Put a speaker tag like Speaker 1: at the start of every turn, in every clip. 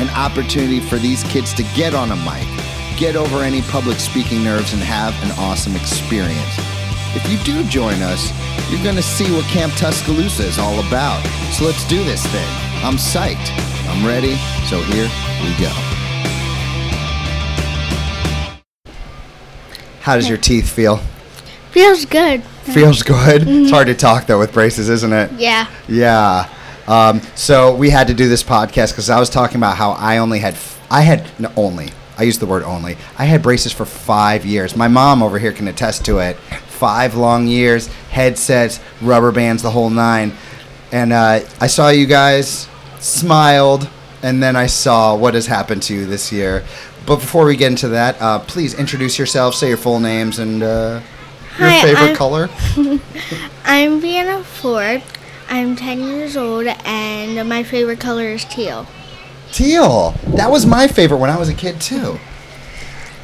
Speaker 1: An opportunity for these kids to get on a mic, get over any public speaking nerves, and have an awesome experience. If you do join us, you're going to see what Camp Tuscaloosa is all about. So let's do this thing. I'm psyched. I'm ready. So here we go. How does your teeth feel?
Speaker 2: Feels good.
Speaker 1: Feels good. It's hard to talk though with braces, isn't it?
Speaker 2: Yeah.
Speaker 1: Yeah. Um, so we had to do this podcast because I was talking about how I only had, f- I had no, only. I use the word only. I had braces for five years. My mom over here can attest to it. Five long years, headsets, rubber bands, the whole nine. And uh, I saw you guys, smiled, and then I saw what has happened to you this year. But before we get into that, uh, please introduce yourself, say your full names, and uh, your
Speaker 2: Hi,
Speaker 1: favorite
Speaker 2: I'm-
Speaker 1: color.
Speaker 2: I'm Vienna Ford. I'm 10 years old, and my favorite color is teal.
Speaker 1: Teal. That was my favorite when I was a kid too.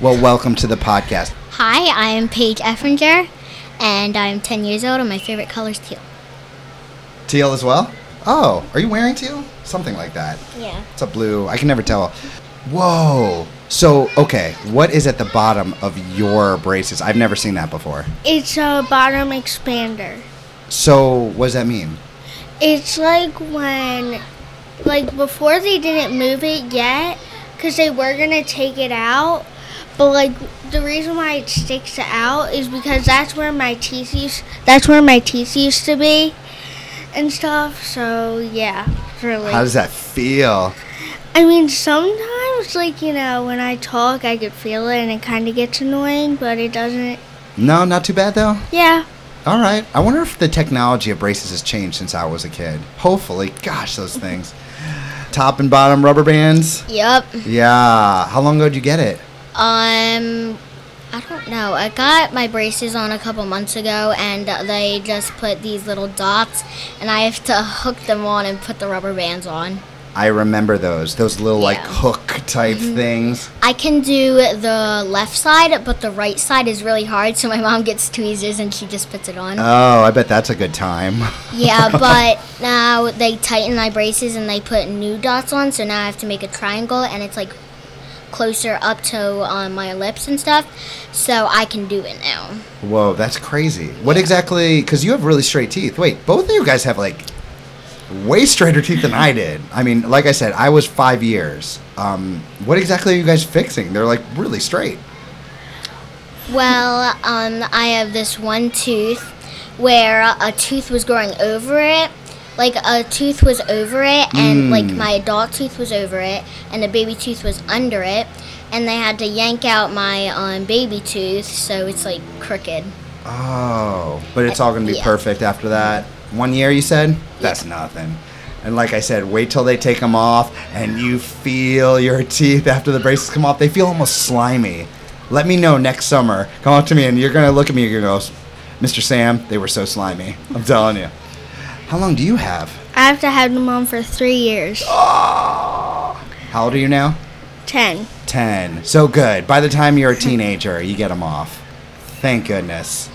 Speaker 1: Well, welcome to the podcast.
Speaker 3: Hi, I am Paige Effinger, and I'm 10 years old, and my favorite color is teal.
Speaker 1: Teal as well? Oh, are you wearing teal? Something like that.
Speaker 3: Yeah.
Speaker 1: It's a blue. I can never tell. Whoa. So, okay, what is at the bottom of your braces? I've never seen that before.
Speaker 2: It's a bottom expander.
Speaker 1: So, what does that mean?
Speaker 2: It's like when, like before they didn't move it yet, because they were gonna take it out. But like the reason why it sticks out is because that's where my teeth used, that's where my teeth used to be, and stuff. So yeah, really.
Speaker 1: How does that feel?
Speaker 2: I mean, sometimes, like, you know, when I talk, I could feel it and it kind of gets annoying, but it doesn't.
Speaker 1: No, not too bad though.
Speaker 2: Yeah.
Speaker 1: All right. I wonder if the technology of braces has changed since I was a kid. Hopefully. Gosh, those things. Top and bottom rubber bands.
Speaker 3: Yup.
Speaker 1: Yeah. How long ago did you get it?
Speaker 3: Um, I don't know. I got my braces on a couple months ago, and they just put these little dots, and I have to hook them on and put the rubber bands on.
Speaker 1: I remember those. Those little like
Speaker 3: Yeah.
Speaker 1: hook type things.
Speaker 3: I can do the left side, but the right side is really hard, so my mom gets tweezers and she just puts it on.
Speaker 1: Oh, I bet that's a good time.
Speaker 3: yeah, but now they tighten my braces and they put new dots on, so now I have to make a triangle, and it's like closer up to um, my lips and stuff, so I can do it now.
Speaker 1: Whoa, that's crazy. What exactly? Because you have really straight teeth. Wait, both of you guys have like way straighter teeth than I did. I mean, like I said, I was five years. Um, what exactly are you guys fixing? They're like really straight.
Speaker 3: Well, um, I have this one tooth where a tooth was growing over it. Like a tooth was over it, and like my adult tooth was over it, and a baby tooth was under it, and they had to yank out my um, baby tooth, so it's like crooked.
Speaker 1: Oh, but it's all going to be
Speaker 3: Yeah.
Speaker 1: perfect after that. One year, you said? That's nothing. And like I said, wait till they take them off and you feel your teeth after the braces come off. They feel almost slimy. Let me know next summer. Come up to me and you're going to look at me and you're going to go, Mr. Sam, they were so slimy. I'm telling you. How long do you have?
Speaker 2: I have to have them on for three years.
Speaker 1: How old are you now?
Speaker 2: Ten.
Speaker 1: 10. So good. By the time you're a teenager, you get them off. Thank goodness.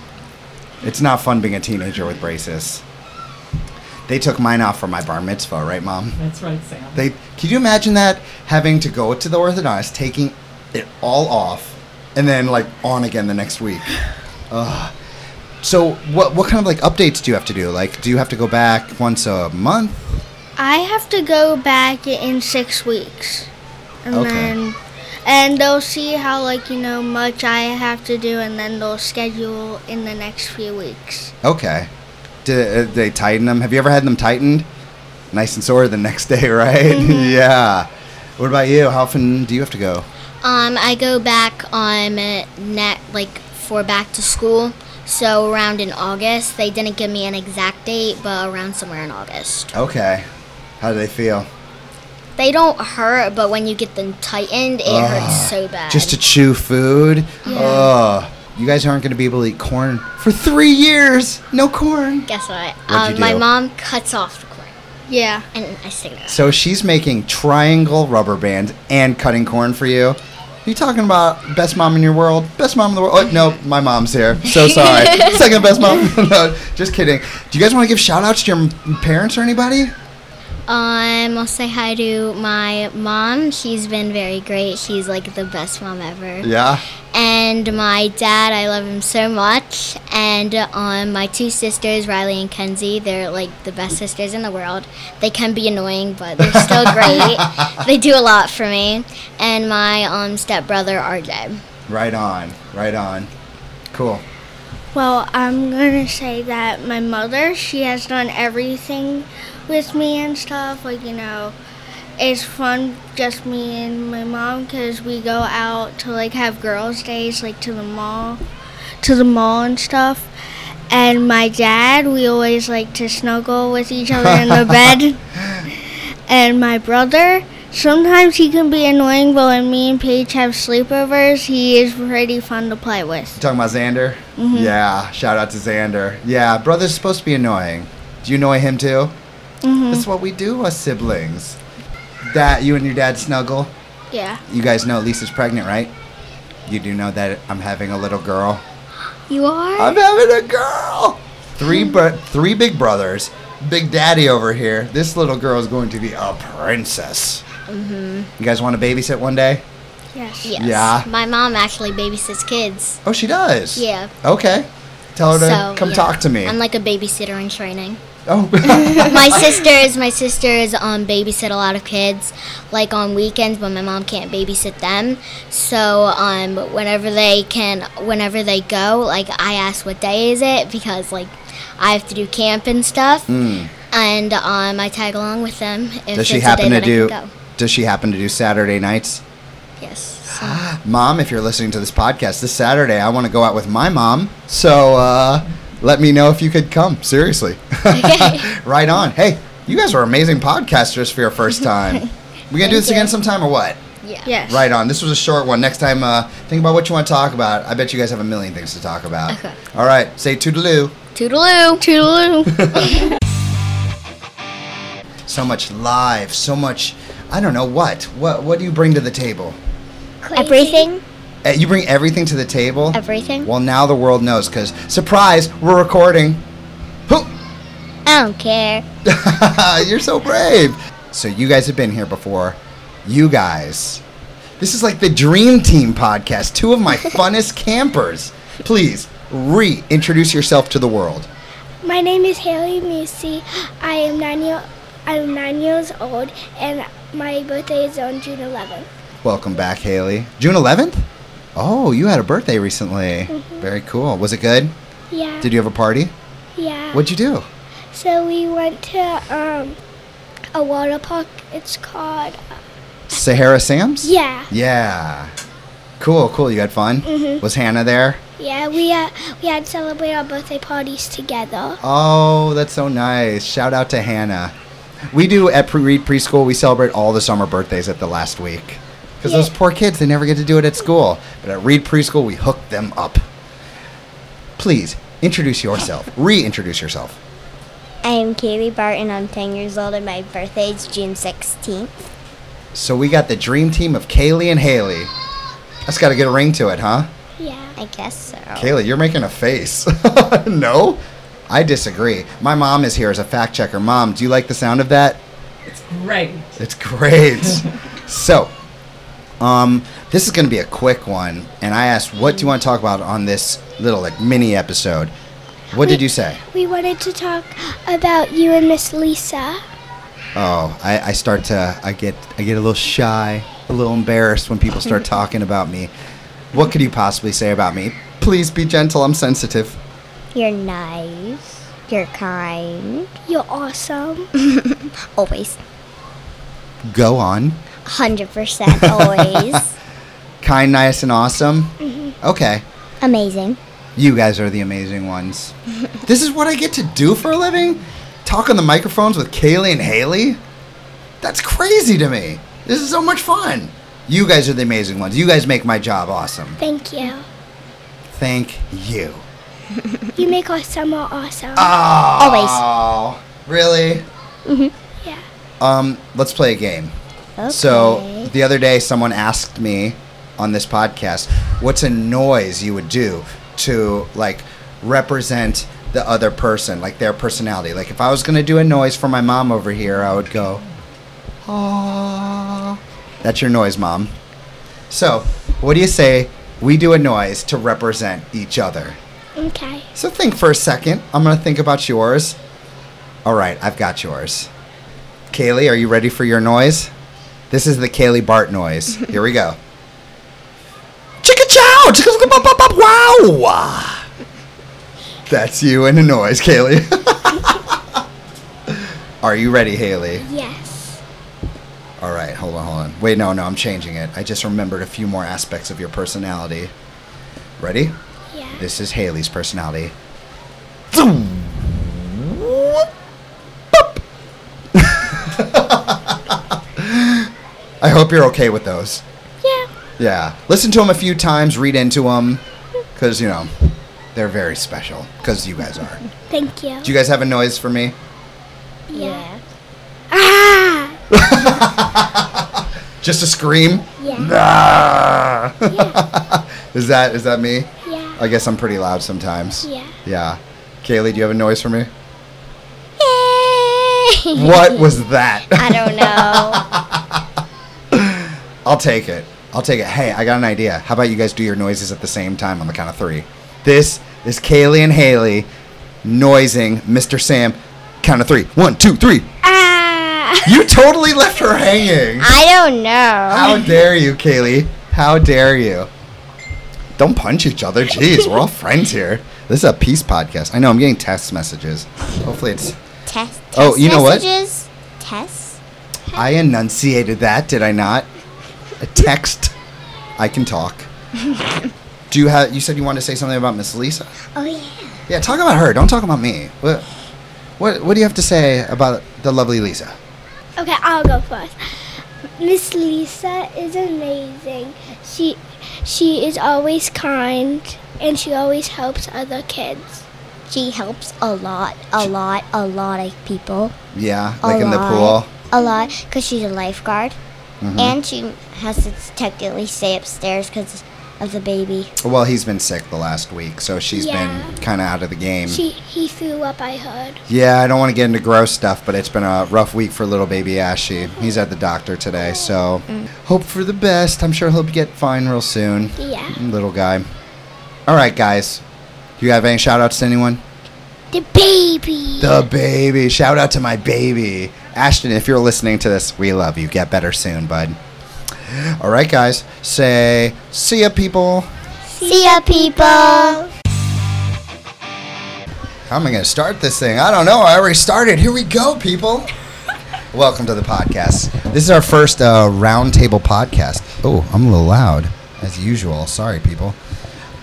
Speaker 1: It's not fun being a teenager with braces. They took mine off for my bar mitzvah, right, Mom?
Speaker 4: That's right, Sam.
Speaker 1: They Can you imagine that? Having to go to the orthodontist, taking it all off, and then, like, on again the next week. Ugh. So, what, what kind of, like, updates do you have to do? Like, do you have to go back once a month?
Speaker 2: I have to go back in six weeks. And
Speaker 1: Okay.
Speaker 2: then. And they'll see how, like, you know, much I have to do, and then they'll schedule in the next few weeks.
Speaker 1: Okay. Did uh, they tighten them? Have you ever had them tightened? Nice and sore the next day, right? yeah. What about you? How often do you have to go?
Speaker 3: Um, I go back on net like for back to school, so around in August. They didn't give me an exact date, but around somewhere in August.
Speaker 1: Okay. How do they feel?
Speaker 3: They don't hurt, but when you get them tightened, it hurts so bad.
Speaker 1: Ah. Just to chew food. Ugh. You guys aren't going to be able to eat corn for three years. No corn.
Speaker 3: Guess what? Um,
Speaker 1: What'd you
Speaker 3: my
Speaker 1: do?
Speaker 3: mom cuts off the corn,
Speaker 2: Yeah.
Speaker 3: and I stick it. up.
Speaker 1: So she's making triangle rubber bands and cutting corn for you. You talking about best mom in your world? Best mom in the world? Oh, no, my mom's here. So sorry. Second best mom. no, just kidding. Do you guys want to give shout outs to your m- parents or anybody?
Speaker 3: Um, I'll say hi to my mom. She's been very great. She's like the best mom ever.
Speaker 1: Yeah.
Speaker 3: And my dad, I love him so much. And um, my two sisters, Riley and Kenzie, they're like the best sisters in the world. They can be annoying, but they're still great. They do a lot for me. And my um, stepbrother, RJ.
Speaker 1: Right on. Right on. Cool.
Speaker 2: Well, I'm gonna say that my mother, she has done everything with me and stuff. Like you know, it's fun just me and my mom because we go out to like have girls' days, like to the mall, to the mall and stuff. And my dad, we always like to snuggle with each other in the bed. And my brother, sometimes he can be annoying, but when me and Paige have sleepovers, he is pretty fun to play with.
Speaker 1: Talking about Xander? Yeah. Shout out to Xander. Yeah. Brother's supposed to be annoying. Do you annoy him too?
Speaker 2: Mhm.
Speaker 1: That's what we do, us siblings. That you and your dad snuggle.
Speaker 2: Yeah.
Speaker 1: You guys know Lisa's pregnant, right? You do know that I'm having a little girl.
Speaker 3: You are?
Speaker 1: I'm having a girl. Three bro- three big brothers, big daddy over here. This little girl is going to be a princess.
Speaker 3: Mm-hmm.
Speaker 1: You guys want to babysit one day?
Speaker 2: Yes.
Speaker 3: Yes.
Speaker 1: Yeah.
Speaker 3: My mom actually babysits kids.
Speaker 1: Oh, she does.
Speaker 3: Yeah.
Speaker 1: Okay. Tell her to
Speaker 3: So,
Speaker 1: come
Speaker 3: yeah.
Speaker 1: talk to me.
Speaker 3: I'm like a babysitter in training.
Speaker 1: oh.
Speaker 3: my sisters, my sisters um, babysit a lot of kids, like on weekends when my mom can't babysit them. So um, whenever they can, whenever they go, like I ask what day is it because like I have to do camp and stuff,
Speaker 1: Mm.
Speaker 3: and um, I tag along with them. If
Speaker 1: Does she
Speaker 3: it's a
Speaker 1: happen to
Speaker 3: day that
Speaker 1: do?
Speaker 3: I can go.
Speaker 1: Does she happen to do Saturday nights?
Speaker 3: Yes. so-
Speaker 1: Mom, if you're listening to this podcast this Saturday, I want to go out with my mom. So uh, let me know if you could come. Seriously. right on. Hey, you guys are amazing podcasters for your first time. We gonna do this again sometime or what?
Speaker 3: yeah.
Speaker 2: Yes.
Speaker 1: Right on. This was a short one. Next time, uh, think about what you want to talk about. I bet you guys have a million things to talk about.
Speaker 3: Okay.
Speaker 1: All right. Say toodaloo.
Speaker 3: Toodaloo. Toodaloo.
Speaker 1: So much live. So much. I don't know what. What What do you bring to the table?
Speaker 3: Everything.
Speaker 1: Uh, You bring everything to the table.
Speaker 3: Everything.
Speaker 1: Well, now the world knows because surprise, we're recording. Hoop!
Speaker 3: I don't care.
Speaker 1: You're so brave. So you guys have been here before. You guys. This is like the Dream Team podcast. Two of my funnest campers. Please reintroduce yourself to the world.
Speaker 4: My name is Haley Musi. I am nine year, I'm nine years old, and my birthday is on June 11th.
Speaker 1: Welcome back, Haley. June 11th? Oh, you had a birthday recently. Very cool. Was it good?
Speaker 4: Yeah.
Speaker 1: Did you have a party?
Speaker 4: yeah.
Speaker 1: What'd you do?
Speaker 4: so we went to um, a water park. It's called
Speaker 1: Sahara Sam's?
Speaker 4: yeah.
Speaker 1: Yeah. Cool, cool. You had fun?
Speaker 4: Mhm.
Speaker 1: Was Hannah there?
Speaker 4: Yeah. We uh, we had to celebrate our birthday parties together.
Speaker 1: Oh, that's so nice. Shout out to Hannah. We do at pre- Reed Preschool, we celebrate all the summer birthdays at the last week. Because those poor kids, they never get to do it at school. But at Reed Preschool, we hook them up. Please, introduce yourself. Reintroduce yourself.
Speaker 5: I am Kaylee Barton. I'm 10 years old, and my birthday is June 16th.
Speaker 1: So we got the dream team of Kaylee and Haley. That's got to get a ring to it, huh?
Speaker 4: Yeah.
Speaker 5: I guess so.
Speaker 1: Kaylee, you're making a face. no? I disagree. My mom is here as a fact checker. Mom, do you like the sound of that?
Speaker 6: Right.
Speaker 1: It's great. so, um, this is going to be a quick one, and I asked, "What do you want to talk about on this little like mini episode?" What did you say?
Speaker 4: We wanted to talk about you and Miss Lisa.
Speaker 1: Oh, I, I start to I get I get a little shy, a little embarrassed when people start talking about me. What could you possibly say about me? Please be gentle. I'm sensitive.
Speaker 5: You're nice. You're kind.
Speaker 4: You're awesome.
Speaker 5: Always.
Speaker 1: Go on.
Speaker 5: 100% always.
Speaker 1: Kind, nice, and awesome. Okay.
Speaker 5: Amazing.
Speaker 1: You guys are the amazing ones. this is what I get to do for a living? Talk on the microphones with Kaylee and Haley? That's crazy to me. This is so much fun. You guys are the amazing ones. You guys make my job awesome.
Speaker 4: Thank you.
Speaker 1: Thank you.
Speaker 4: You make our summer awesome.
Speaker 1: Uh, Oh, always. Really?
Speaker 4: Yeah.
Speaker 1: Um, let's play a game. So the other day, someone asked me on this podcast, "What's a noise you would do to like represent the other person, like their personality? Like if I was gonna do a noise for my mom over here, I would go, ah, that's your noise, mom." So, what do you say? We do a noise to represent each other.
Speaker 4: Okay.
Speaker 1: So think for a second. I'm gonna think about yours. All right, I've got yours. Kaylee, are you ready for your noise? This is the Kaylee Bart noise. Here we go. Chicka chow! Chicka chicka bop bop bop wow! Wah. That's you in a noise, Kaylee. are you ready, Haley?
Speaker 4: Yes.
Speaker 1: All right, hold on, hold on. Wait, no, no, I'm changing it. I just remembered a few more aspects of your personality. Ready?
Speaker 4: Yeah.
Speaker 1: This is Haley's personality. I hope you're okay with those.
Speaker 4: Yeah.
Speaker 1: Yeah. Listen to them a few times, read into them, because, you know, they're very special, because you guys are.
Speaker 4: Thank you.
Speaker 1: Do you guys have a noise for me?
Speaker 5: Yeah.
Speaker 4: Ah.
Speaker 1: Just a scream?
Speaker 4: Yeah.
Speaker 1: Ah! is that is that me?
Speaker 4: Yeah.
Speaker 1: I guess I'm pretty loud sometimes.
Speaker 4: Yeah.
Speaker 1: Yeah. Kaylee, do you have a noise for me? What was that?
Speaker 5: I don't know.
Speaker 1: I'll take it. I'll take it. Hey, I got an idea. How about you guys do your noises at the same time on the count of three? This is Kaylee and Haley noising Mr. Sam. Count of three. One, two, three.
Speaker 5: ah,
Speaker 1: You totally left her hanging.
Speaker 5: I don't know.
Speaker 1: How dare you, Kaylee? How dare you? Don't punch each other. Jeez, we're all friends here. This is a peace podcast. I know I'm getting text messages. Hopefully it's.
Speaker 5: Test. test
Speaker 1: Oh, you know what?
Speaker 5: messages? what? Tests.
Speaker 1: I enunciated that, did I not? A text. I can talk. Do you have? You said you wanted to say something about Miss Lisa.
Speaker 5: Oh yeah.
Speaker 1: Yeah, talk about her. Don't talk about me. What, what, what do you have to say about the lovely Lisa?
Speaker 4: Okay, I'll go first. Miss Lisa is amazing. She she is always kind and she always helps other kids.
Speaker 5: She helps a lot, a lot, a lot of people.
Speaker 1: Yeah,
Speaker 5: A
Speaker 1: like in the
Speaker 5: lot,
Speaker 1: pool. Mm-hmm.
Speaker 5: A lot, because she's a lifeguard, and she has to technically stay upstairs because of the baby.
Speaker 1: Well, he's been sick the last week, so she's
Speaker 4: Yeah.
Speaker 1: been kind of out of the game.
Speaker 4: She he threw up I heard.
Speaker 1: yeah, I don't want to get into gross stuff, but it's been a rough week for little baby Ashy. He's at the doctor today, so hope for the best. I'm sure he'll get fine real soon.
Speaker 4: Yeah.
Speaker 1: Little guy. All right, guys. Do you have any shout outs to anyone?
Speaker 4: The baby.
Speaker 1: The baby. Shout out to my baby. Ashton, if you're listening to this, we love you. Get better soon, bud. All right, guys. Say, see ya, people.
Speaker 5: See ya, people.
Speaker 1: How am I going to start this thing? I don't know. I already started. Here we go, people. Welcome to the podcast. This is our first uh, roundtable podcast. Oh, I'm a little loud, as usual. Sorry, people.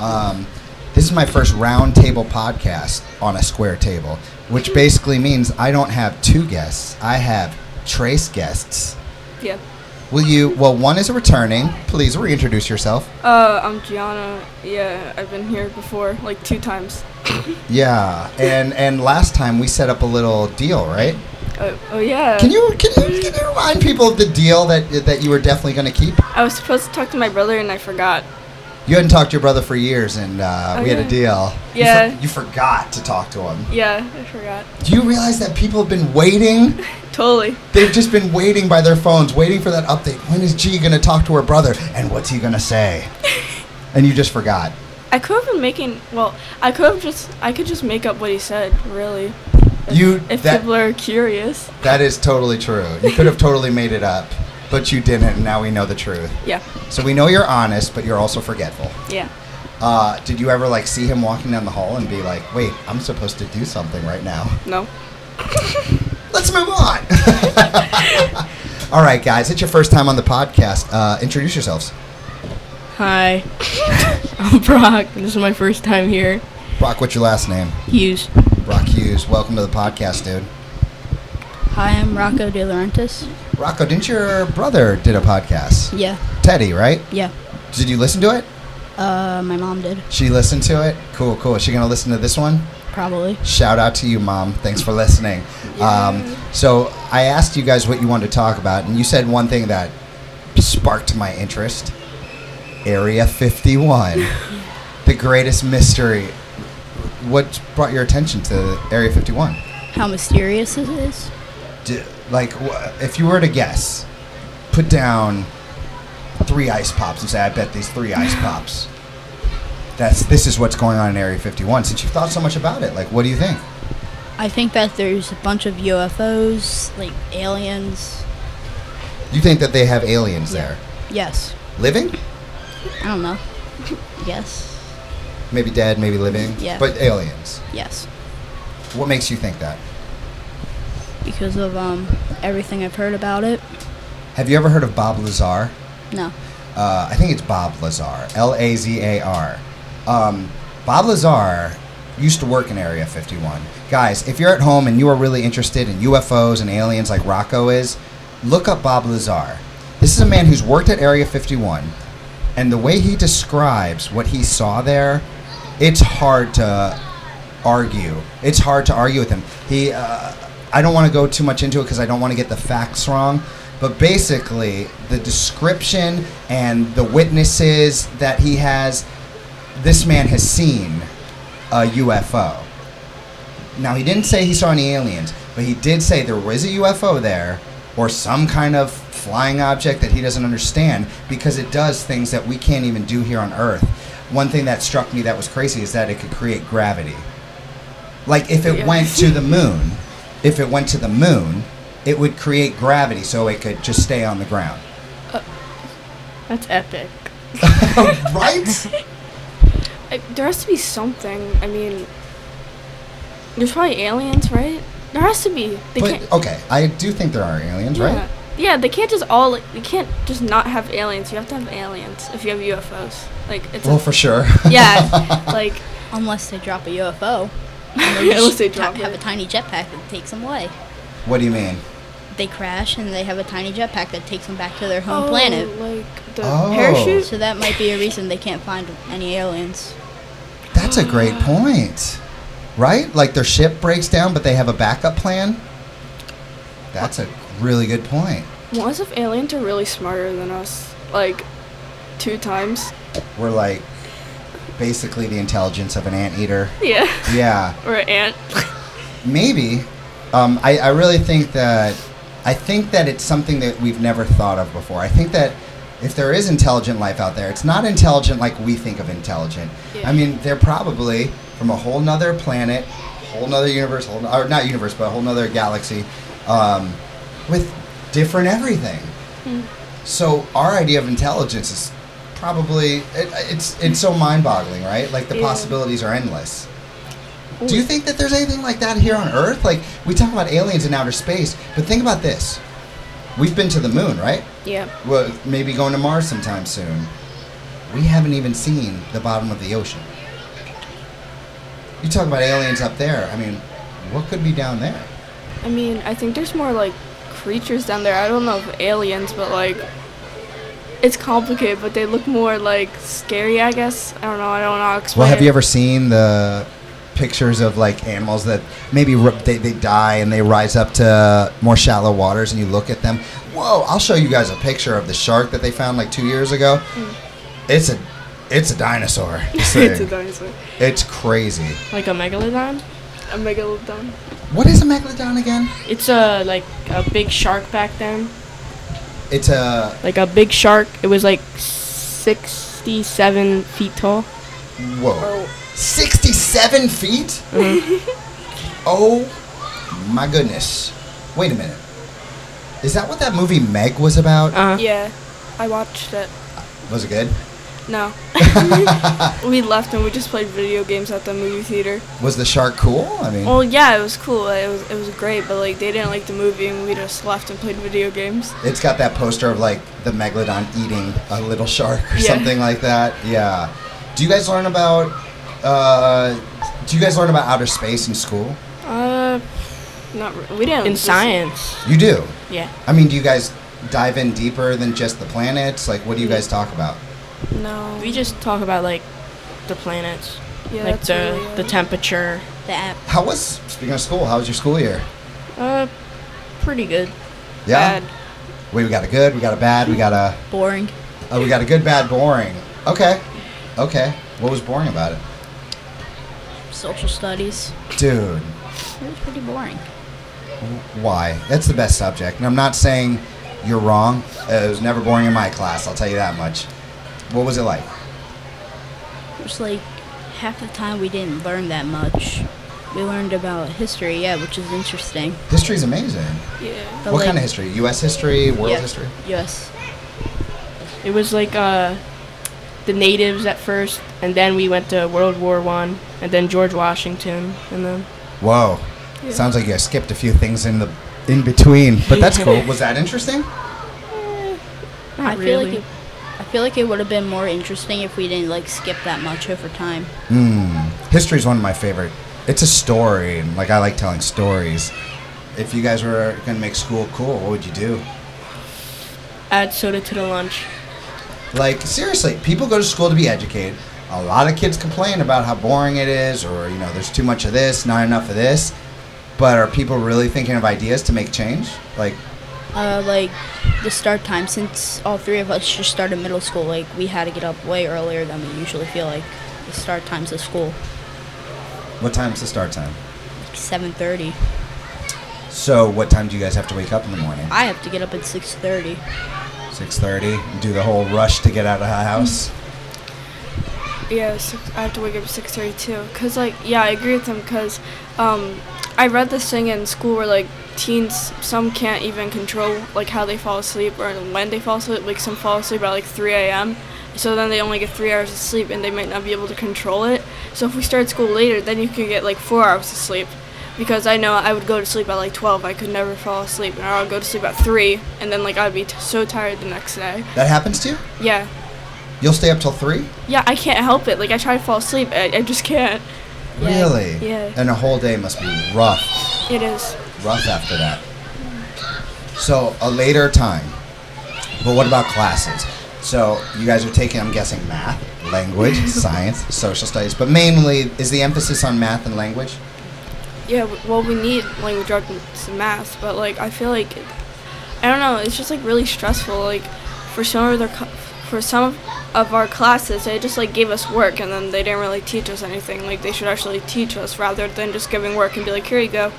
Speaker 1: Um, this is my first roundtable podcast on a square table, which basically means I don't have two guests, I have trace guests.
Speaker 6: Yeah.
Speaker 1: Will you? Well, one is returning. Please reintroduce yourself.
Speaker 6: Uh, I'm Gianna. Yeah, I've been here before, like two times.
Speaker 1: Yeah, and and last time we set up a little deal, right?
Speaker 6: Uh, oh yeah.
Speaker 1: Can you can you, can you remind people of the deal that that you were definitely going to keep?
Speaker 6: I was supposed to talk to my brother and I forgot.
Speaker 1: You hadn't talked to your brother for years, and uh,
Speaker 6: Oh,
Speaker 1: we had a
Speaker 6: yeah.
Speaker 1: deal. You for-
Speaker 6: Yeah.
Speaker 1: you, forgot to talk to him.
Speaker 6: Yeah, I forgot.
Speaker 1: Do you realize that people have been waiting?
Speaker 6: Totally.
Speaker 1: They've just been waiting by their phones, waiting for that update. When is G going to talk to her brother, and what's he going to say? and you just forgot.
Speaker 6: I could have been making. Well, I could have just. I could just make up what he said. Really. If,
Speaker 1: You-
Speaker 6: If
Speaker 1: that-
Speaker 6: people are curious.
Speaker 1: That is totally true. You could have totally made it up, but you didn't, and now we know the truth.
Speaker 6: Yeah.
Speaker 1: So we know you're honest, but you're also forgetful.
Speaker 6: Yeah.
Speaker 1: Uh, did you ever like see him walking down the hall and be like, "Wait, I'm supposed to do something right now"?
Speaker 6: No.
Speaker 1: Let's move on. All right, guys, it's your first time on the podcast. Uh, introduce yourselves.
Speaker 7: Hi, I'm Brock. This is my first time here.
Speaker 1: Brock, what's your last name?
Speaker 7: Hughes.
Speaker 1: Brock Hughes. Welcome to the podcast, dude.
Speaker 7: Hi, I'm Rocco De Laurentiis.
Speaker 1: Rocco, didn't your brother did a podcast?
Speaker 8: Yeah,
Speaker 1: Teddy, right?
Speaker 8: yeah.
Speaker 1: Did you listen to it?
Speaker 8: Uh, my mom did
Speaker 1: She listened to it. Cool, cool. Is she gonna listen to this one?
Speaker 8: probably.
Speaker 1: Shout out to you, mom. Thanks for listening. Um, so I asked you guys what you wanted to talk about, and you said one thing that sparked my interest: Area 51, the greatest mystery. What brought your attention to Area 51?
Speaker 8: How mysterious it is.
Speaker 1: D- like, wh- if you were to guess, put down three ice pops and say, "I bet these three ice pops." That's this is what's going on in Area 51. Since you've thought so much about it, like, what do you think?
Speaker 8: I think that there's a bunch of UFOs, like aliens.
Speaker 1: You think that they have aliens there?
Speaker 8: Yes.
Speaker 1: Living?
Speaker 8: I don't know. Yes.
Speaker 1: Maybe dead, maybe living.
Speaker 8: Yeah.
Speaker 1: But aliens.
Speaker 8: Yes.
Speaker 1: What makes you think that?
Speaker 8: Because of um everything I've heard about it.
Speaker 1: Have you ever heard of Bob Lazar?
Speaker 8: No.
Speaker 1: Uh, I think it's Bob Lazar. L A Z A R. Um, Bob Lazar used to work in Area 51. Guys, if you're at home and you are really interested in UFOs and aliens like Rocco is, look up Bob Lazar. This is a man who's worked at Area 51. and the way he describes what he saw there, it's hard to argue. It's hard to argue with him. He, uh, I don't want to go too much into it because I don't want to get the facts wrong. But basically, the description and the witnesses that he has, this man has seen a UFO. Now, he didn't say he saw any aliens, but he did say there was a UFO there or some kind of flying object that he doesn't understand because it does things that we can't even do here on Earth. One thing that struck me that was crazy is that it could create gravity. Like if it went to the moon, if it went to the moon, it would create gravity so it could just stay on the ground.
Speaker 6: That's epic.
Speaker 1: Oh, right?
Speaker 6: I, there has to be something. I mean, there's probably aliens, right? There has to be. They
Speaker 1: But
Speaker 6: can't.
Speaker 1: okay, I do think there are aliens,
Speaker 6: yeah.
Speaker 1: right?
Speaker 6: Yeah, they can't just all. Like, you can't just not have aliens. You have to have aliens if you have UFOs. Like it's.
Speaker 1: Well,
Speaker 6: a,
Speaker 1: for sure.
Speaker 6: yeah, like
Speaker 8: Unless they drop a UFO.
Speaker 6: unless they
Speaker 8: Ti-
Speaker 6: drop
Speaker 8: have a
Speaker 6: it.
Speaker 8: tiny jetpack that takes them away.
Speaker 1: what do you mean?
Speaker 8: They crash and they have a tiny jetpack that takes them back to their home
Speaker 6: Oh,
Speaker 8: planet.
Speaker 6: Like the
Speaker 1: Oh.
Speaker 6: parachute.
Speaker 8: So that might be a reason they can't find any aliens.
Speaker 1: That's a great point. Right? Like their ship breaks down, but they have a backup plan. That's a really good point.
Speaker 6: What if aliens are really smarter than us? Like, two times.
Speaker 1: We're like basically the intelligence of an anteater.
Speaker 6: Yeah.
Speaker 1: Yeah,
Speaker 6: or an ant.
Speaker 1: maybe. Um, I, I really think that I think that it's something that we've never thought of before. I think that if there is intelligent life out there, it's not intelligent like we think of intelligent. I mean, they're probably from a whole nother planet, whole nother universe, whole, or not universe, but a whole nother galaxy, um, with different everything. So our idea of intelligence is probably it, it's it's so mind-boggling, right? Like the possibilities are endless. Do you think that there's anything like that here on Earth? Like we talk about aliens in outer space, but think about this: we've been to the moon, right?
Speaker 6: yeah.
Speaker 1: Well, maybe going to Mars sometime soon. We haven't even seen the bottom of the ocean. You talk about aliens up there. I mean, what could be down there?
Speaker 6: I mean, I think there's more like creatures down there. I don't know if aliens, but like it's complicated. But they look more like scary, I guess. I don't know. I don't know. How to explain
Speaker 1: Well, have
Speaker 6: it.
Speaker 1: you ever seen the pictures of like animals that maybe r- they, they die and they rise up to more shallow waters and you look at them? Whoa, I'll show you guys a picture of the shark that they found like two years ago.
Speaker 7: Hmm.
Speaker 1: It's a it's a dinosaur. This
Speaker 6: it's a
Speaker 1: thing.
Speaker 6: dinosaur.
Speaker 1: it's crazy.
Speaker 7: Like a megalodon?
Speaker 6: A megalodon.
Speaker 1: What is a megalodon again?
Speaker 7: It's a like a big shark back then.
Speaker 1: It's a
Speaker 7: Like a big shark. It was like 67 feet tall.
Speaker 1: Whoa. 67 feet? oh my goodness. Wait a minute. Is that what that movie Meg was about?
Speaker 7: Uh,
Speaker 6: Yeah, I watched it.
Speaker 1: was it good?
Speaker 6: No,
Speaker 7: Mm-hmm.
Speaker 6: we left and we just played video games at the movie theater.
Speaker 7: Mm.
Speaker 1: Was the shark cool? I mean,
Speaker 7: Oh.
Speaker 6: Well, yeah, it was cool. It was it was great, but like they didn't like the movie and we just left and played video games.
Speaker 1: it's got that poster of like the megalodon eating a little shark or
Speaker 6: Yeah.
Speaker 1: something like that. Yeah. Do you guys learn about uh do you guys learn about outer space in school?
Speaker 7: uh
Speaker 6: Not re- we didn't
Speaker 7: in
Speaker 6: just-
Speaker 7: science.
Speaker 1: You do.
Speaker 7: Yeah.
Speaker 1: I mean, do you guys dive in deeper than just the planets? Like, what do you guys talk about?
Speaker 6: No.
Speaker 7: We just talk about like the planets,
Speaker 6: yeah,
Speaker 7: like
Speaker 6: that's
Speaker 7: the
Speaker 6: really
Speaker 7: the
Speaker 6: it.
Speaker 7: temperature.
Speaker 8: The app.
Speaker 1: How was speaking of school? How was your school year?
Speaker 7: Uh, pretty good.
Speaker 1: Yeah.
Speaker 6: Bad.
Speaker 1: Wait, we got a good, we got a bad, we got a
Speaker 8: Boring.
Speaker 1: oh, we got a good, bad, boring. Okay, okay. What was boring about it,
Speaker 8: Social studies.
Speaker 1: dude?
Speaker 8: It was pretty boring.
Speaker 1: Why? That's the best subject. And I'm not saying you're wrong. Uh, it was never boring in my class. I'll tell you that much. What was it like?
Speaker 8: It was like half the time we didn't learn that much. We learned about history, yeah, which is interesting.
Speaker 1: History's amazing.
Speaker 6: Yeah.
Speaker 8: But
Speaker 1: what
Speaker 8: like,
Speaker 1: kind of history? U.S. history, world
Speaker 7: Yeah.
Speaker 1: history.
Speaker 8: Yes.
Speaker 7: It was like uh, the natives at first, and then we went to World War One, and then George Washington, and then
Speaker 1: Whoa. Sounds like you skipped a few things in the in between, but that's cool. was that interesting?
Speaker 7: not
Speaker 8: I feel
Speaker 7: really.
Speaker 8: like it, I feel like it would have been more interesting if we didn't like skip that much over time.
Speaker 1: History's one of my favorite. It's a story, and like I like telling stories. If you guys were gonna make school cool, what would you do?
Speaker 7: Add soda to the lunch.
Speaker 1: Like seriously, people go to school to be educated. A lot of kids complain about how boring it is, or you know, there's too much of this, not enough of this. But are people really thinking of ideas to make change? Like,
Speaker 8: Uh, like the start time, since all three of us just started middle school, like we had to get up way earlier than we usually feel like the start times of school,
Speaker 1: what time's the start time?
Speaker 8: like 7:30.
Speaker 1: So, what time do you guys have to wake up in the morning?
Speaker 8: I have to get up at 6:30.
Speaker 1: Six thirty. Do the whole rush to get out of the house.
Speaker 6: Mm. Yeah, six, I have to wake up at six thirty too. Cause like, yeah, I agree with him. Cause um, I read this thing in school where like teens, some can't even control like how they fall asleep or when they fall asleep. Like some fall asleep at like three a.m. So then they only get three hours of sleep, and they might not be able to control it. So if we start school later, then you can get like four hours of sleep. Because I know I would go to sleep at like twelve. I could never fall asleep, and I would go to sleep at three, and then like I'd be t- so tired the next day.
Speaker 1: That happens to you.
Speaker 6: Yeah,
Speaker 1: You'll stay up till three.
Speaker 6: yeah, I can't help it. Like I try to fall asleep, I, I just can't.
Speaker 1: Really?
Speaker 6: yeah.
Speaker 1: And a whole day must be rough,
Speaker 6: It is.
Speaker 1: rough after that. So a later time. But what about classes? So you guys are taking, I'm guessing, math, language, science, social studies, but mainly is the emphasis on math and language?
Speaker 6: Yeah, w- well, we need language arts and some math, but like I feel like it, I don't know. It's just like really stressful. Like for some of their co- for some of our classes, they just like gave us work and then they didn't really teach us anything. Like they should actually teach us rather than just giving work and be like, here you go.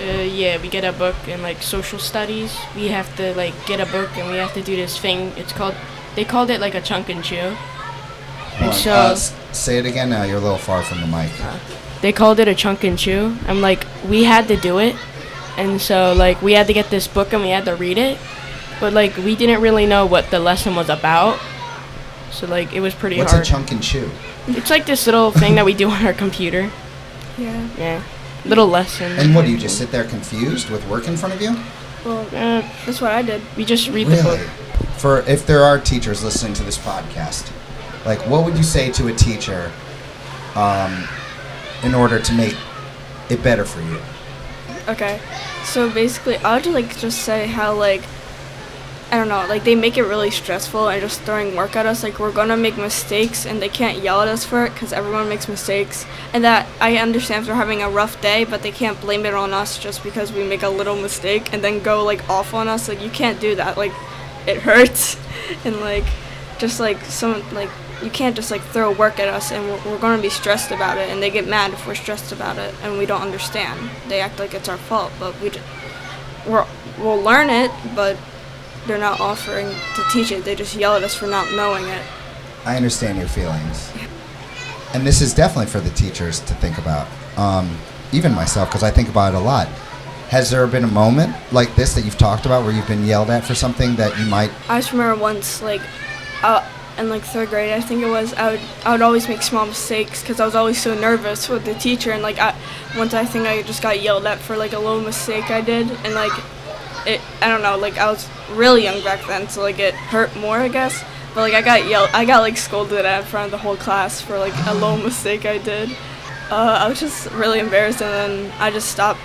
Speaker 7: Uh, yeah, we get a book in like social studies. We have to like get a book and we have to do this thing. It's called they called it like a chunk and chew.
Speaker 1: Hold on,
Speaker 7: so-
Speaker 1: uh, s- say it again. Now you're a little far from the mic.
Speaker 7: They called it a chunk and chew. I'm like we had to do it, and so like we had to get this book and we had to read it, but like we didn't really know what the lesson was about. So like it was pretty
Speaker 1: What's
Speaker 7: hard.
Speaker 1: a chunk and chew?
Speaker 7: It's like this little thing that we do on our computer.
Speaker 6: Yeah.
Speaker 7: Yeah, little lesson.
Speaker 1: And what do you just sit there confused with work in front of you?
Speaker 6: Well,
Speaker 7: Uh,
Speaker 6: that's what I did.
Speaker 7: we just read the
Speaker 1: Really?
Speaker 7: book.
Speaker 1: For if there are teachers listening to this podcast, like what would you say to a teacher um, in order to make it better for you?
Speaker 6: Okay. So basically, I would like just say how like I don't know, like they make it really stressful and just throwing work at us. Like we're gonna make mistakes, and they can't yell at us for it because everyone makes mistakes. And that I understand if they're having a rough day, but they can't blame it on us just because we make a little mistake and then go like off on us. Like you can't do that. Like it hurts, and like just like some like you can't just like throw work at us and we're, we're gonna be stressed about it. And they get mad if we're stressed about it and we don't understand. They act like it's our fault, but we just, we're, we'll learn it, but they're not offering to teach it. They just yell at us for not knowing it.
Speaker 1: I understand your feelings, and this is definitely for the teachers to think about. Um, even myself, because I think about it a lot. Has there been a moment like this that you've talked about where you've been yelled at for something that you might?
Speaker 6: I just remember once, like, uh, in like third grade, I think it was. I would I would always make small mistakes because I was always so nervous with the teacher. And like, I, once I think I just got yelled at for like a little mistake I did, and like, it I don't know, like I was really young back then, so like it hurt more, I guess. But like I got yelled, I got like scolded at in front of the whole class for like a little mistake I did. Uh, I was just really embarrassed, and then I just stopped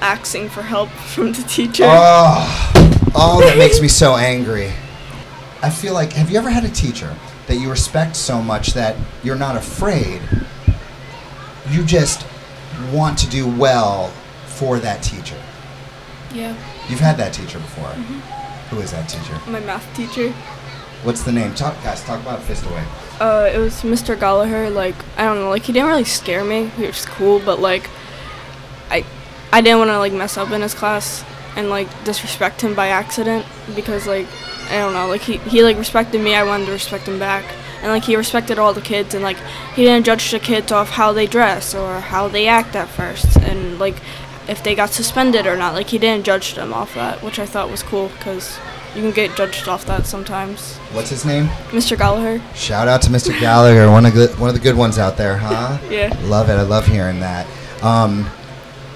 Speaker 6: asking for help from the teacher.
Speaker 1: Uh, Oh, oh, that makes me so angry. I feel like, have you ever had a teacher that you respect so much that you're not afraid? You just want to do well for that teacher.
Speaker 6: yeah,
Speaker 1: You've had that teacher before. Who is that teacher?
Speaker 6: my math teacher.
Speaker 1: What's the name? Talk, guys, talk about Fist Away.
Speaker 6: Uh, it was Mr. Gallagher. Like I don't know, like he didn't really scare me. He was cool, but like I I didn't want to like mess up in his class and like disrespect him by accident because like I don't know, like he he like respected me. I wanted to respect him back, and like he respected all the kids, and like he didn't judge the kids off how they dress or how they act at first, and like if they got suspended or not. Like he didn't judge them off that, which I thought was cool because you can get judged off that sometimes.
Speaker 1: What's his name?
Speaker 6: Mr. Gallagher.
Speaker 1: Shout out to Mr. Gallagher, one of the, one of the good ones out there, huh?
Speaker 6: Yeah.
Speaker 1: Love it. I love hearing that. Um,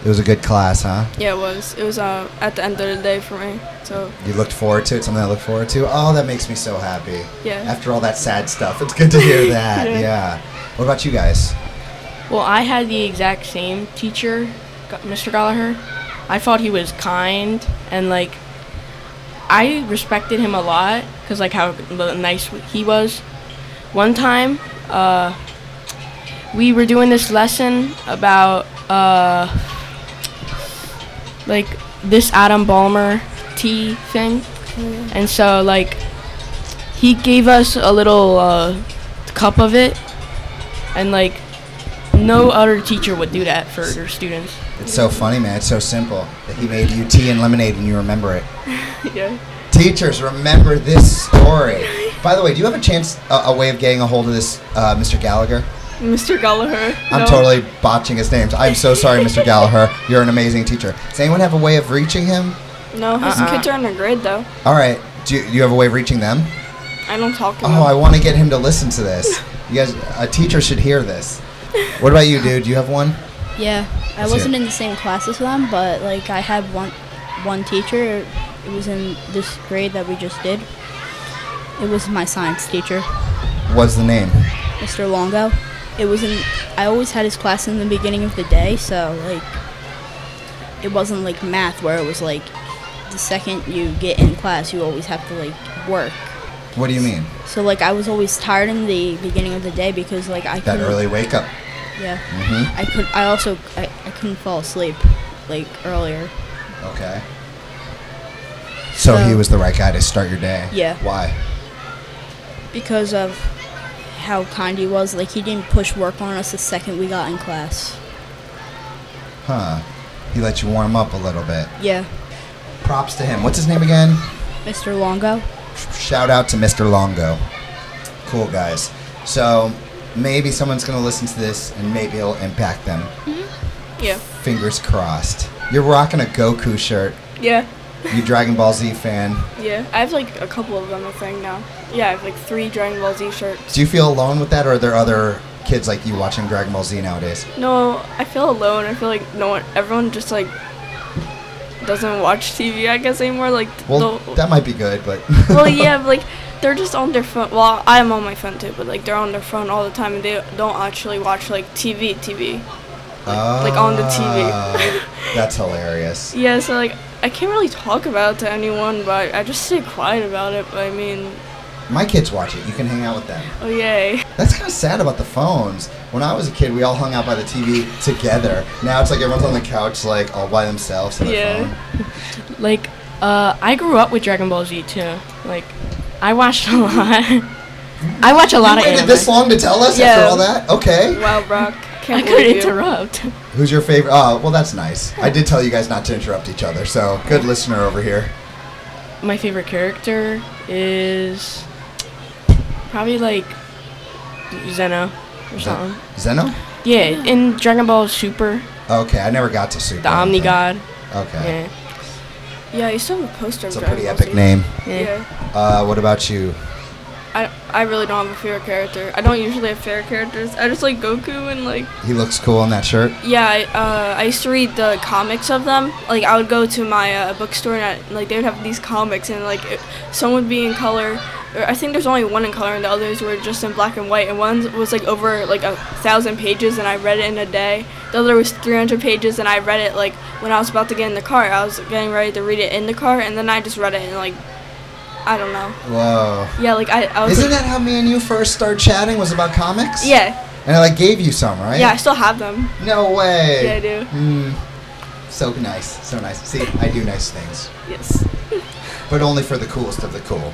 Speaker 1: it was a good class, huh?
Speaker 6: Yeah, it was. It was uh, at the end of the day for me. So
Speaker 1: You looked forward to it. Something I look forward to. Oh, that makes me so happy.
Speaker 6: Yeah.
Speaker 1: After all that sad stuff, it's good to hear that. yeah.
Speaker 6: Yeah.
Speaker 1: What about you guys?
Speaker 7: Well, I had the exact same teacher, G- Mr. Gallagher. I thought he was kind and like I respected him a lot because like how l- nice he was. One time, uh, we were doing this lesson about uh, like this Adam Balmer tea thing,
Speaker 6: Mm-hmm.
Speaker 7: and so like he gave us a little uh, cup of it, and like no other teacher would do that for their students.
Speaker 1: It's so funny, man. It's so simple that he made you tea and lemonade, and you remember it.
Speaker 6: yeah,
Speaker 1: Teachers, remember this story. By the way, do you have a chance, a, a way of getting a hold of this, uh, Mr. Gallagher?
Speaker 6: Mr. Gallagher.
Speaker 1: I'm
Speaker 6: no.
Speaker 1: totally botching his names. I'm so sorry, Mr. Gallagher. You're an amazing teacher. Does anyone have a way of reaching him?
Speaker 6: No, his
Speaker 7: Uh-uh.
Speaker 6: kids are in a grade though.
Speaker 1: All right. Do you, you have a way of reaching them?
Speaker 6: I don't talk to
Speaker 1: Oh, I want to get him to listen to this. You guys, a teacher should hear this. What about you, dude? Do you have one?
Speaker 8: Yeah, I
Speaker 1: Let's hear
Speaker 8: wasn't
Speaker 1: it.
Speaker 8: in the same classes with them, but like I had one one teacher. It was in this grade that we just did. It was my science teacher,
Speaker 1: What's the name?
Speaker 8: Mr. Longo. It was in. I always had his class in the beginning of the day, so like it wasn't like math where it was like the second you get in class, you always have to like work.
Speaker 1: What do you mean?
Speaker 8: So like I was always tired in the beginning of the day because like I
Speaker 1: That
Speaker 8: couldn't-
Speaker 1: early wake up.
Speaker 8: Yeah.
Speaker 1: Mhm.
Speaker 8: I could. I also. I, I couldn't fall asleep, like earlier.
Speaker 1: Okay. So
Speaker 8: So-
Speaker 1: he was the right guy to start your day.
Speaker 8: Yeah.
Speaker 1: Why?
Speaker 8: because of how kind he was. Like he didn't push work on us the second we got in class.
Speaker 1: Huh. He let you warm up a little bit.
Speaker 8: Yeah,
Speaker 1: Props to him. What's his name again?
Speaker 8: Mr. Longo.
Speaker 1: Shout out to Mr. Longo. Cool guys. So maybe someone's gonna listen to this and maybe it'll impact them.
Speaker 6: Yeah,
Speaker 1: Fingers crossed. You're rocking a Goku shirt.
Speaker 6: yeah,
Speaker 1: You Dragon Ball Z fan.
Speaker 6: yeah. I have like a couple of them I think now. Yeah, I have like three Dragon Ball Z shirts.
Speaker 1: Do you feel alone with that, or are there other kids like you watching Dragon Ball Z nowadays?
Speaker 6: No, I feel alone. I feel like no one, everyone just like doesn't watch TV I guess anymore. Like
Speaker 1: Well,
Speaker 6: the,
Speaker 1: that might be good, but
Speaker 6: well, yeah, but, like they're just on their phone. Well, I'm on my phone too, but like they're on their phone all the time and they don't actually watch like TV, TV. like on the TV.
Speaker 1: Ah, that's hilarious.
Speaker 6: Yeah, so like I can't really talk about it to anyone, but I just stay quiet about it. But I mean,
Speaker 1: My kids watch it. You can hang out with them.
Speaker 6: oh yay!
Speaker 1: That's kind of sad about the phones. When I was a kid, we all hung out by the TV together. Now it's like everyone's on the couch, like all by themselves on their
Speaker 6: Yeah.
Speaker 1: phone.
Speaker 7: Like, uh, I grew up with Dragon Ball Z too. Like, I watched a lot. I watch a lot
Speaker 1: You
Speaker 7: of
Speaker 1: waited
Speaker 7: anime.
Speaker 1: this long to tell us after
Speaker 6: Yeah.
Speaker 1: all that? Okay.
Speaker 6: Wow, Brock,
Speaker 7: I
Speaker 6: can't
Speaker 7: could
Speaker 6: believe you.
Speaker 7: interrupt.
Speaker 1: Who's your favorite? Oh, well, that's nice. I did tell you guys not to interrupt each other, so good listener over here.
Speaker 7: My favorite character is probably like Zeno or something.
Speaker 1: Zeno?
Speaker 7: Yeah, in Dragon Ball Super,
Speaker 1: Okay, I never got to Super.
Speaker 7: the Omni God.
Speaker 1: Okay.
Speaker 7: Yeah.
Speaker 6: Yeah, I used to have a poster.
Speaker 1: It's a
Speaker 6: of
Speaker 1: pretty
Speaker 6: Dragon Ball
Speaker 1: epic
Speaker 6: Z.
Speaker 1: name.
Speaker 6: Yeah,
Speaker 1: Uh, what about you?
Speaker 6: I, I really don't have a favorite character. I don't usually have favorite characters. I just like Goku and like
Speaker 1: He looks cool in that shirt.
Speaker 6: yeah. I, uh, I used to read the comics of them. Like I would go to my uh, bookstore and I, like they would have these comics and like it, some would be in color or I think there's only one in color, and the others were just in black and white. And one was like over like a thousand pages, and I read it in a day. The other was 300 pages, and I read it like when I was about to get in the car. I was getting ready to read it in the car, and then I just read it in like I don't know.
Speaker 1: Whoa.
Speaker 6: Yeah, like I, I was.
Speaker 1: Isn't
Speaker 6: like,
Speaker 1: that how me and you first started chatting? Was about comics?
Speaker 6: Yeah,
Speaker 1: And I like gave you some, right?
Speaker 6: yeah, I still have them.
Speaker 1: No way.
Speaker 6: Yeah, I do.
Speaker 1: Mm. So nice. So nice. See, I do nice things,
Speaker 6: Yes.
Speaker 1: but only for the coolest of the cool.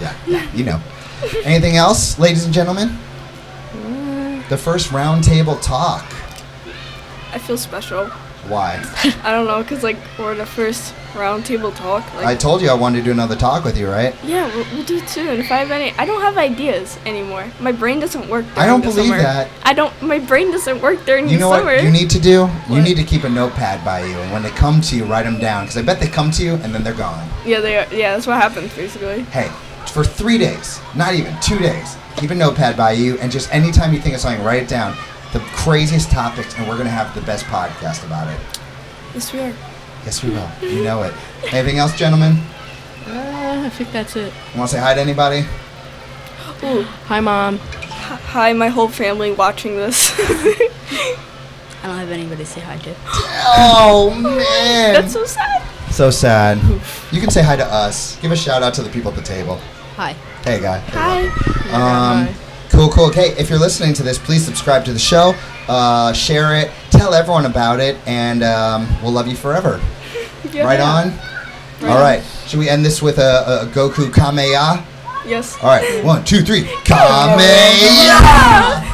Speaker 1: Yeah, yeah, you know. Anything else, ladies and gentlemen?
Speaker 6: Uh.
Speaker 1: The first roundtable talk.
Speaker 6: I feel special.
Speaker 1: Why?
Speaker 6: I don't know, cause like we're the first roundtable talk.
Speaker 1: I
Speaker 6: Like,
Speaker 1: told you I wanted to do another talk with you, right?
Speaker 6: yeah, we'll, we'll do it soon. If I have any, I don't have ideas anymore. My brain doesn't work. During
Speaker 1: I don't
Speaker 6: the
Speaker 1: believe
Speaker 6: summer.
Speaker 1: that.
Speaker 6: I don't. My brain doesn't work during
Speaker 1: You
Speaker 6: the
Speaker 1: know
Speaker 6: summer.
Speaker 1: what you need to do? You need to keep a notepad by you, and when they come to you, write them down. Because I bet they come to you and then they're gone.
Speaker 6: Yeah, they are. Yeah, that's what happens basically.
Speaker 1: Hey, for three days, not even two days, keep a notepad by you, and just anytime you think of something, write it down. The craziest topics, and we're gonna have the best podcast about it.
Speaker 6: Yes, we are.
Speaker 1: Yes, we will. You know it. Anything else, gentlemen?
Speaker 7: Uh, I think that's it.
Speaker 1: Want to say hi to anybody?
Speaker 7: Hi, mom.
Speaker 6: Hi, my whole family watching this.
Speaker 8: I don't have anybody to say hi to.
Speaker 1: Oh man,
Speaker 6: that's so sad.
Speaker 1: so sad. You can say hi to us. Give a shout out to the people at the table.
Speaker 8: Hi.
Speaker 1: Hey, guy.
Speaker 6: Hi.
Speaker 1: Um, cool, cool. Okay, if you're listening to this, please subscribe to the show, uh, share it, tell everyone about it, and um, we'll love you forever.
Speaker 6: Yeah.
Speaker 1: Right on? All right. Should we end this with a, a Goku Kameya?
Speaker 6: Yes.
Speaker 1: All right. One, two, three. Kameya!